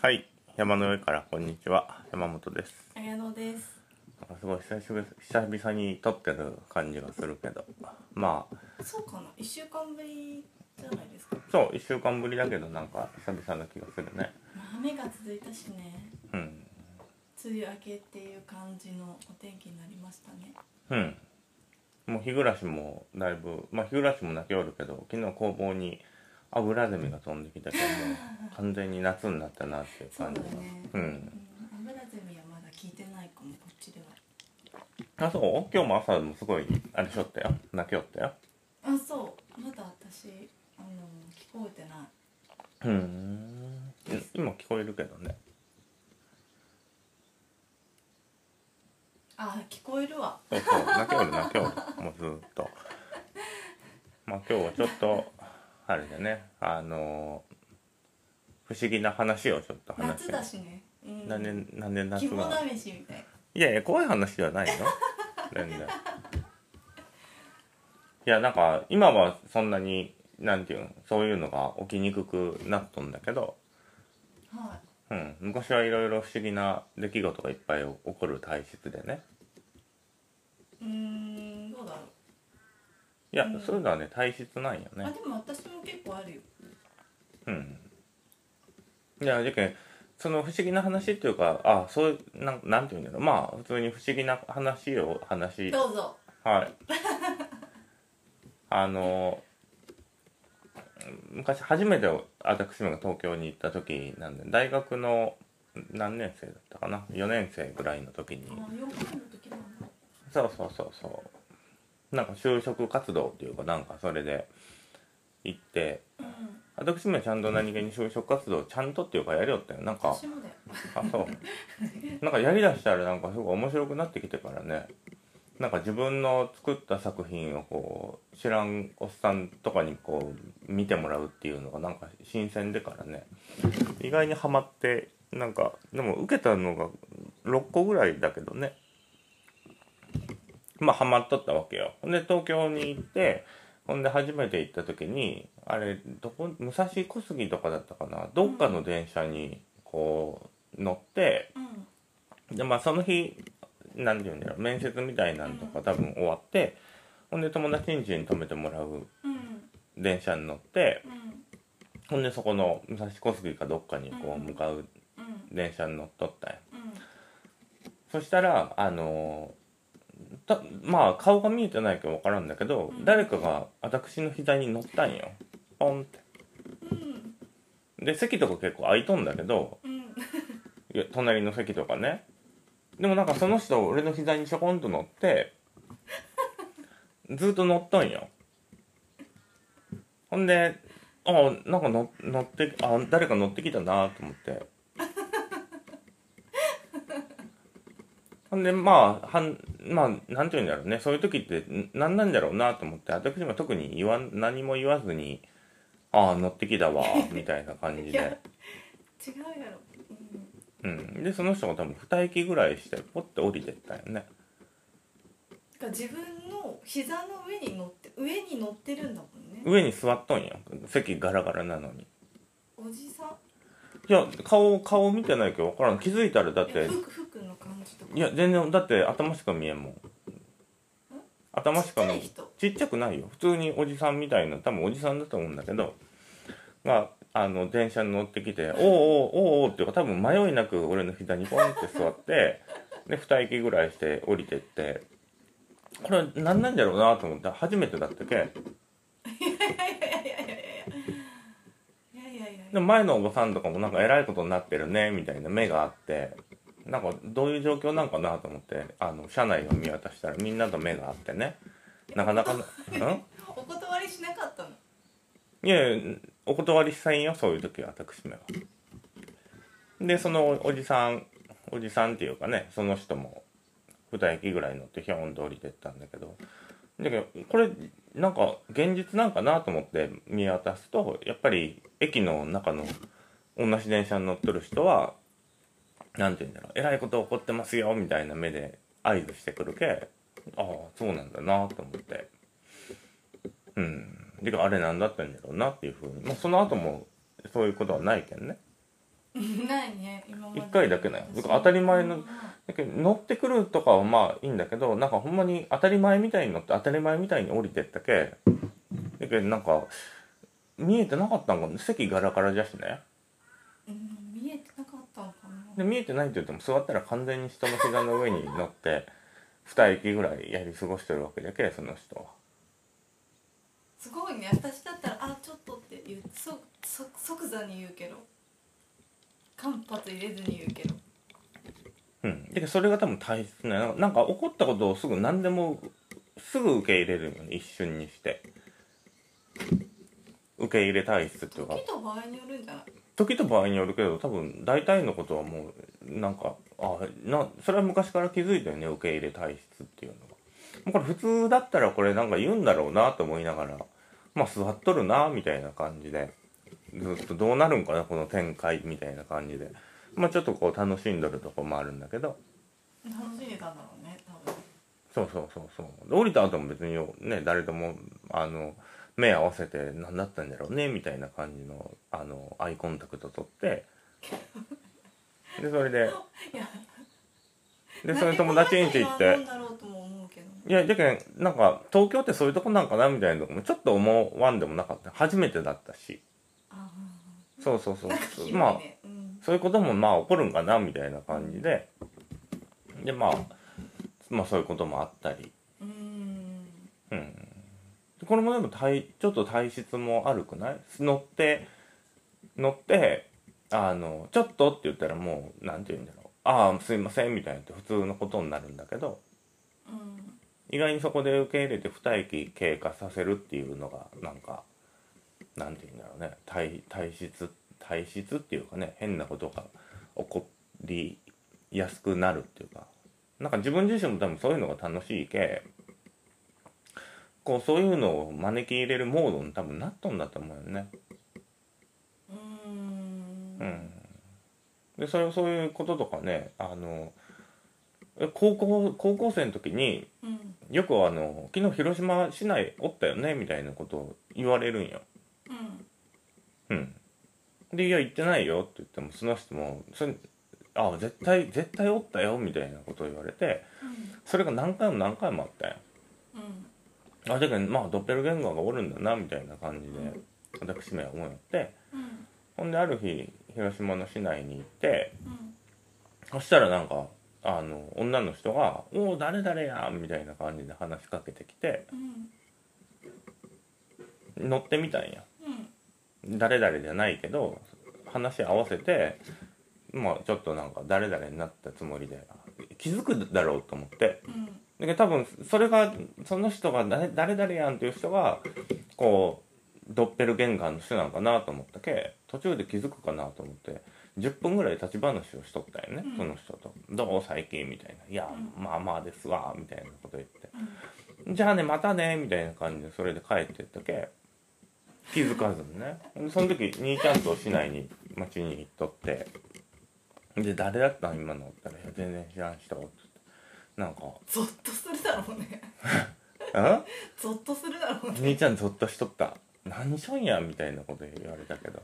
はい山の上からこんにちは山本です綾野です。なんかすごい久しぶり久々に撮ってる感じがするけどまあそうかな、一週間ぶりじゃないですか。そう1週間ぶりだけどなんか久々な気がするねまあ雨が続いたしね、うん梅雨明けっていう感じのお天気になりましたね。うんもう日暮らしもだいぶまあ日暮らしも泣きおるけど昨日工房にアブラゼミが飛んでき たけどもう完全に夏になったなっていうそう感じだがね。ううんん、アブラゼミはまだ聞いてないかも、こっちでは。あそう今日も朝もすごいあれしょったよ泣きおったよあ、そう、まだ私、あの、聞こえてない。うん今聞こえるけどねあ、聞こえるわ。そうそう泣きおる泣きおるもうずーっとまあ今日はちょっとあれだねあのー不思議な話をちょっと話し夏てだしね。うん。なんでなんで夏肝が試しみたい。いやいや怖い話ではないよ全然いやなんか今はそんなになんていうのそういうのが起きにくくなっとんだけどはうん、昔はいろいろ不思議な出来事がいっぱい起こる体質でねい。うーん、どうだろう。いや、うんそういうのはね体質なんよあ、ねでも私も結構あるよ。うんいやじゃけんその不思議な話っていうかあそういうなんなんていうんだろうまあ普通に不思議な話を話どうぞ。はい あの昔初めて私めが東京に行った時なんで大学の何年生だったかな4年生ぐらいの時にあ、四回の時なんだ。そうそうそうそうなんか就職活動っていうかなんかそれで行ってうん。私もちゃんと何気に就職活動ちゃんとっていうかやりよったよなん か私もだよ。あそうなんかやりだしたらなんかすごい面白くなってきてからねなんか自分の作った作品をこう知らんおっさんとかにこう見てもらうっていうのがなんか新鮮でからね意外にはまってなんかでも受けたのが6個ぐらいだけどねまあハマっとったわけよほんで東京に行ってほんで初めて行った時にあれどこ武蔵小杉とかだったかなどっかの電車にこう乗ってうん。でまあその日何て言うんだろう面接みたいなんとか多分終わってほんで友達ん家に泊めてもらううん電車に乗ってうんほんでそこの武蔵小杉かどっかにこううん向かううん電車に乗っとったんようんそしたらあのーたまあ顔が見えてないか分からんだけど、うん誰かが私の膝に乗ったんよポンってうんで席とか結構空いとんだけどうんいや隣の席とかねでもなんかその人俺の膝にちょこんと乗ってずっと乗っとんよほんであなんかの乗ってあ誰か乗ってきたなと思ってほんでまあはんまあなんて言うんだろうねそういう時ってん何なんだろうなと思って私も特に言わん何も言わずに「ああ乗ってきたわ」みたいな感じいでや。違うやろうんうん、でその人が多分二駅ぐらいしてポッて降りてったよねだから自分の膝の上に乗って上に乗ってるんだもんね上に座っとんよ席ガラガラなのにおじさんいや顔顔見てないけど分からん気づいたらだっえて服服の感じとかいや全然だって頭しか見えんもん頭しか見えちっちゃい人ちっちゃくないよ普通におじさんみたいな多分おじさんだと思うんだけどがあの電車に乗ってきて「おうおうおうおう」っていうか多分迷いなく俺の膝にポンって座ってで2駅ぐらいして降りてってこれ何なんだろうなと思って初めてだったけいやいやいやいでや前のおばさんとかもなんか偉いことになってるねみたいな目があってなんかどういう状況なんかなと思ってあの車内を見渡したらみんなと目があってねなかなかなんお断りしなかったのいやいやお断りしたいんよそういう時は私めはでそのおじさんおじさんっていうかねその人も2駅ぐらい乗ってひょんと降りてったんだけどだけどこれなんか現実なんかなと思って見渡すとやっぱり駅の中の同じ電車に乗ってる人はなんて言うんだろうえらいこと起こってますよみたいな目で合図してくるけああそうなんだなと思ってうんであれなんだったんだろうなっていうふうに、まあ、その後もそういうことはないけんねないね今まで一回だけだよだから当たり前のうんだけど乗ってくるとかはまあいいんだけどなんかほんまに当たり前みたいに乗って当たり前みたいに降りてったけだけどなんか見えてなかったんかな席ガラガラじゃしねうん見えてなかったのかなで見えてないって言っても座ったら完全に人の膝の上に乗って2駅ぐらいやり過ごしてるわけだけその人はすごいね私だったら「あちょっと」って言うそそ即座に言うけど間髪入れずに言うけどうんだけどそれが多分大切ななんか怒ったことをすぐ何でもすぐ受け入れるよね一瞬にして受け入れ体質っていうか時と場合によるんじゃない時と場合によるけど多分大体のことはもうなんかあなそれは昔から気づいたよね受け入れ体質っていうのはもうこれ普通だったらこれなんか言うんだろうなと思いながらまあ座っとるなみたいな感じでずっとどうなるんかなこの展開みたいな感じでまあちょっとこう楽しんどるとこもあるんだけど楽しんでたんだろうね多分そうそうそうそうで降りた後も別によね誰ともあの目合わせて何だったんだろうねみたいな感じのあのアイコンタクト取ってでそれでいやでそれ友達んち行っなんてでこの人が飲んだろうとも思うけどねいやじゃけんなんか東京ってそういうとこなんかなみたいなとこもちょっと思わんでもなかった初めてだったしあそうそうそうなんか広いね、まあうん、そういうこともまあ起こるんかなみたいな感じででまあまあそういうこともあったりうーんうんこれもでも体ちょっと体質も悪くない乗って乗ってあのちょっとって言ったらもうなんて言うんだろうああすいませんみたいなって普通のことになるんだけどうん意外にそこで受け入れて二駅経過させるっていうのがなんかなんて言うんだろうね体体質体質っていうかね変なことが起こりやすくなるっていうかなんか自分自身も多分そういうのが楽しいけこうそういうのを招き入れるモードに多分なっとんだと思うよね。うーんうん、でそれそういうこととかねあのえ高校高校生の時にうんよくあの「昨日広島市内おったよね」みたいなことを言われるんよ。うんうん、で「いや行ってないよ」って言ってもその人も「それあ絶対絶対おったよ」みたいなことを言われてそれが何回も何回もあったんよ。うんうんあだけどまあドッペルゲンガーがおるんだなみたいな感じで私めは思いよってうんほんである日広島の市内に行ってうそんしたらなんかあの女の人が「おお誰々や」みたいな感じで話しかけてきてうん乗ってみたんや。うん誰々じゃないけど話合わせてまあちょっとなんか誰々になったつもりで気づくだろうと思ってうんだけど多分それがその人が誰誰々やんっていう人がこうドッペルゲンガーの人なんかなと思ったけ途中で気づくかなと思って10分ぐらい立ち話をしとったよね、うんその人と「どう最近」みたいな「いやうまあまあですわ」みたいなこと言ってうんじゃあねまたねみたいな感じでそれで帰ってったけ気づかずにねでその時兄ちゃんと市内に町に行っとってで誰だったん今のって言ったら「いや全然知らん人」って言ってなんかゾッとするだろう「ねんゾッとするだろうね兄ちゃんゾッとしとった何しょんや」みたいなこと言われたけど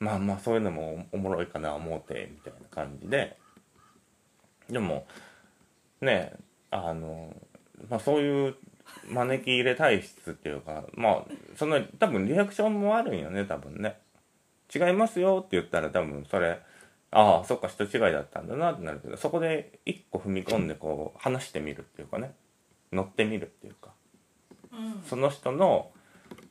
まあまあそういうのもおおもろいかな思うてみたいな感じででもねえあのまあそういう招き入れ体質っていうかまあその多分リアクションもあるんよね多分ね違いますよって言ったら多分それああそっか人違いだったんだなってなるけどそこで一個踏み込んでこう話してみるっていうかね乗ってみるっていうかうんその人の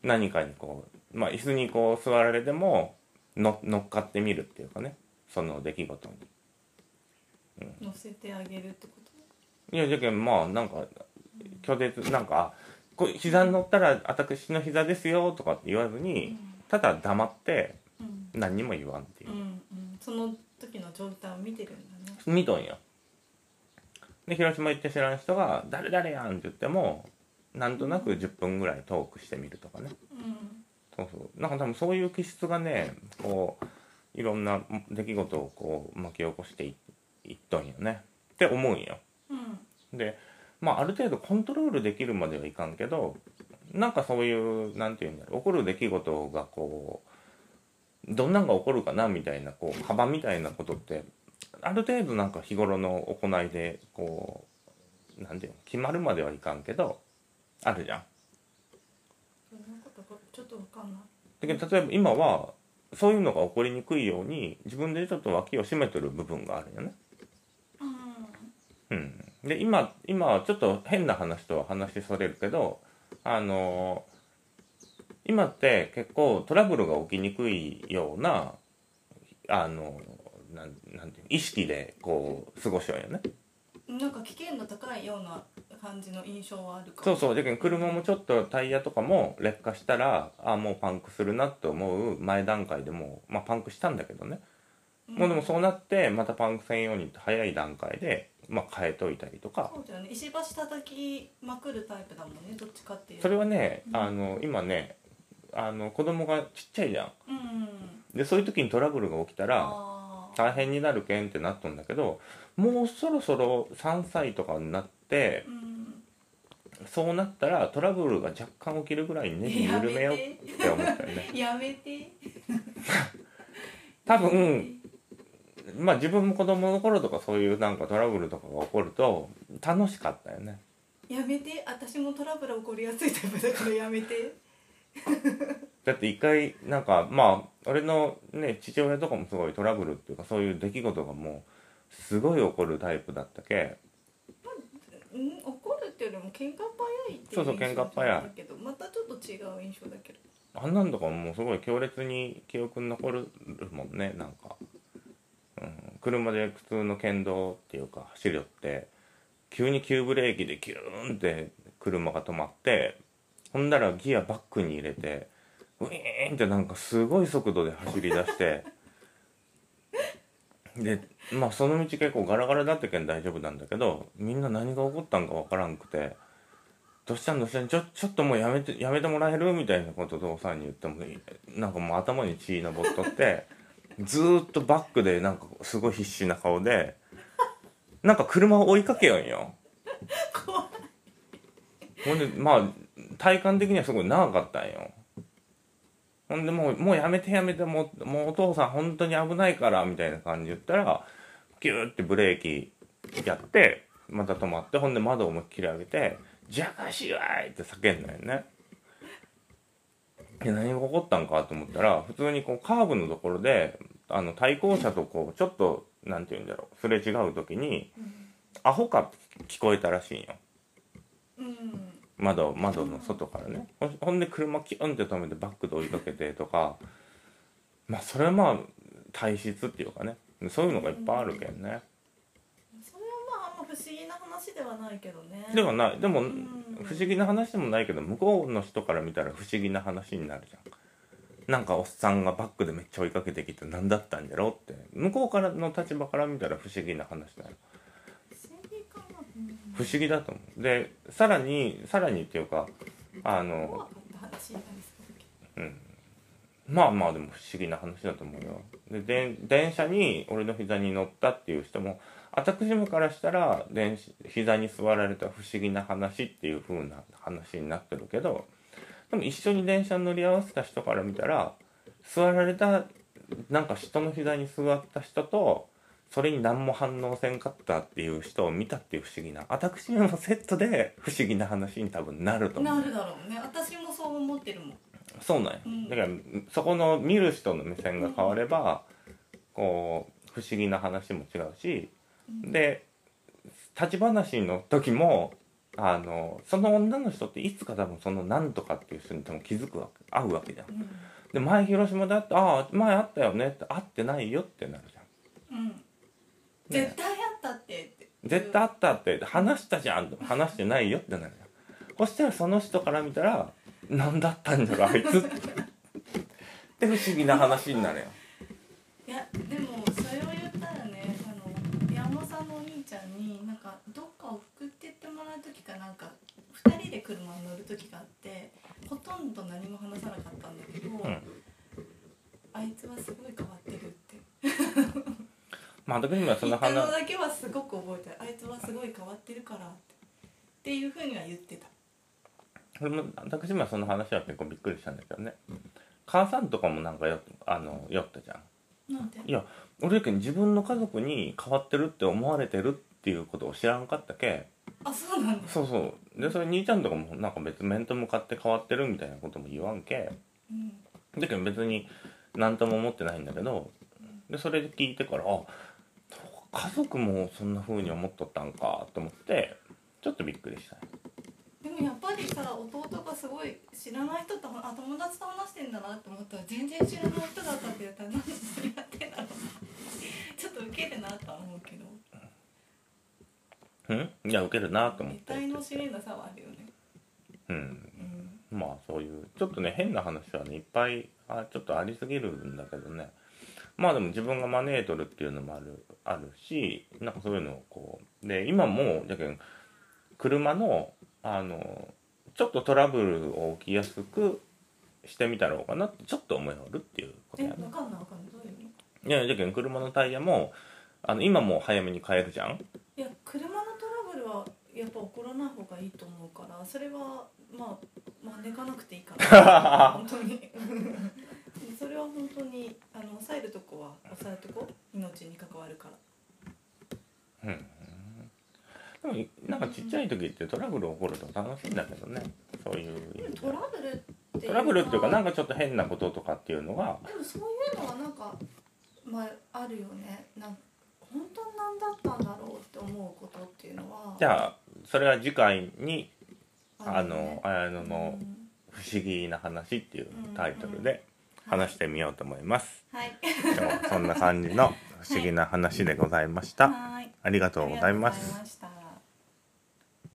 何かにこう、まあ、椅子にこう座られてもの乗っかってみるっていうかねその出来事に。乗せてあげるってこといやじゃけんまあなんか拒絶なんか「こう膝に乗ったら私の膝ですよ」とかって言わずにただ黙ってうん何にも言わんっていううんう。んうんその時の状態を見てるんだね見とんよで広島行って知らん人が「誰々やん」って言ってもなんとなく10分ぐらいトークしてみるとかねうんそうそうなんか多分そういう気質がねこういろんな出来事をこう巻き起こしていいっとんよねって思うんようんでまあある程度コントロールできるまではいかんけどなんかそういうなんていうんだろう起こる出来事がこうどんなんが起こるかなみたいなこう幅みたいなことってある程度なんか日頃の行いでこうなんていうの決まるまではいかんけどあるじゃん。そんなことこちょっとわかんないだけど例えば今はそういうのが起こりにくいように自分でちょっと脇を締めてる部分があるよね。うんうん、で今今はちょっと変な話とは話それるけどあの今って結構トラブルが起きにくいようなあのなんなんていうの意識でこう過ごしようよね。なんか危険度高いような感じの印象はあるかそううそうじゃ車もちょっとタイヤとかも劣化したらあもうパンクするなと思う前段階でもう、まあ、パンクしたんだけどね、もうでもそうなってまたパンクせんようにって早い段階で、まあ、変えといたりとかそうだよね石橋叩きまくるタイプだもんねどっちかっていうそれはね、うんあの今ねあの子供がちっちゃいじゃんうんうんでそういう時にトラブルが起きたらああ大変になるけんってなったんだけどもうそろそろ3歳とかになってうんそうなったらトラブルが若干起きるぐらいにネジや緩めようっめてて思ったよねやめて多分まあ自分も子供の頃とかそういうなんかトラブルとかが起こると楽しかったよねやめて私もトラブル起こりやすいタイプだからやめてだって一回なんかまあ俺のね父親とかもすごいトラブルっていうかそういう出来事がもうすごい起こるタイプだったけうん怒るっていうよりも喧嘩っ早いっていそうそう喧嘩っ早いだけどまたちょっと違う印象だけどあんなんとかもうすごい強烈に記憶に残るもんねなんか、うん、車で普通の県道っていうか走り寄って急に急ブレーキでキューンって車が止まってほんだらギアバックに入れてウィーンってなんかすごい速度で走り出して でまあその道結構ガラガラだったけん大丈夫なんだけどみんな何が起こったんかわからんくて「どうしたんどうしたんちょちょっともうやめてやめてもらえる?」みたいなことを父さんに言ってもなんかもう頭に血のぼっとってずーっとバックでなんかすごい必死な顔でなんか車を追いかけよんよ。怖いほんでまあ体感的にはすごい長かったんよほんでもうもうやめてやめてもうもうお父さん本当に危ないからみたいな感じ言ったらキューってブレーキやってまた止まってほんで窓を思いっきり上げて「じゃかしわい!」って叫んだよねで何が起こったんかと思ったら普通にこうカーブのところであの対向車とこうちょっとなんて言うんだろうすれ違う時にアホか聞こえたらしいんようん窓窓の外からねほほんで車キュンって止めてバックで追いかけてとかまあそれはまあ体質っていうかねそういうのがいっぱいあるけんね、それはまああんま不思議な話ではないけどねではないでもん不思議な話でもないけど向こうの人から見たら不思議な話になるじゃんなんかおっさんがバックでめっちゃ追いかけてきて何だったんじゃろうって向こうからの立場から見たら不思議な話だよ不思議かな、うん不思議だと思うでさらにさらにっていうかあの怖かった話になりそうだけまあまあでも不思議な話だと思うよでで電車に俺の膝に乗ったっていう人も私もからしたら電子膝に座られた不思議な話っていう風な話になってるけどでも一緒に電車に乗り合わせた人から見たら座られたなんか人の膝に座った人とそれに何も反応せんかったっていう人を見たっていう不思議な私もセットで不思議な話に多分なるとど思うなるだろうね私もそう思ってるもんそうなんや、うんだからそこの見る人の目線が変われば、こう不思議な話も違うし、うんで立ち話の時もあのその女の人っていつか多分そのなんとかっていう人に多分気づくわけ会うわけじゃんうんで前広島で会って「ああ前会ったよね」って会ってないよってなるじゃんうん絶対あったってって絶対会ったって話したじゃんって話してないよってなるじゃんそしたらその人から見たら「何だったんだろうあいつ」 って不思議な話になるよいやでもそれを言ったらねあの山本さんのお兄ちゃんになんかどっかを送ってってもらう時かなんか2人で車に乗る時があってほとんど何も話さなかったんだけど、んあいつはすごい変わってるってまあ、私にはそ言のったの話だけはすごく覚えてるあいつはすごい変わってるからってっていうふうには言ってた私にはその話は結構びっくりしたんだけどね母さんとかもなんかよあの酔ったじゃんなんていや俺だけに自分の家族に変わってるって思われてるっていうことを知らんかったけあそうなんだそうそうでそれ兄ちゃんとかもなんか別面と向かって変わってるみたいなことも言わんけうんだけど別に何とも思ってないんだけどでそれで聞いてからあそう家族もそんな風に思っとったんかと思ってちょっとびっくりしたでもやっぱりさ弟がすごい知らない人とあ友達と話してんだなって思ったら全然知らない人だったって言ったら何それやってんだろうちょっとウケるなとは思うけどうんいやウケるなと思っ得て体の知れなさはあるよねうんうんまあそういうちょっとね変な話はねいっぱいあちょっとありすぎるんだけどねまあでも自分が招いとるっていうのもあるあるしなんかそういうのをこうで今もじゃけん車のあのちょっとトラブルを起きやすくしてみたろうかなってちょっと思いおるっていうことえやわねかんないわかんないどういう意味いやじゃけん車のタイヤもあの今もう早めに変えるじゃんいや車のトラブルはやっぱ起こらない方がいいと思うからそれはまあ招かなくていいから 本当にそれは本当にあの抑えるとこは抑えるとこ命に関わるからでもなんかちっちゃい時ってトラブル起こると楽しいんだけどねそういう意でも味でトラブルってトラブルっていうかなんかかちょっと変なこととかっていうのがでもそういうのはなんかまああるよねなん本当に何だったんだろうって思うことっていうのはじゃあそれは次回にあるのよね綾野うのん「不思議な話」っていうタイトルで話してみようと思います。はい今 日はそんな感じの不思議な話でございました。はいありがとうございまありがとうごすざい。ました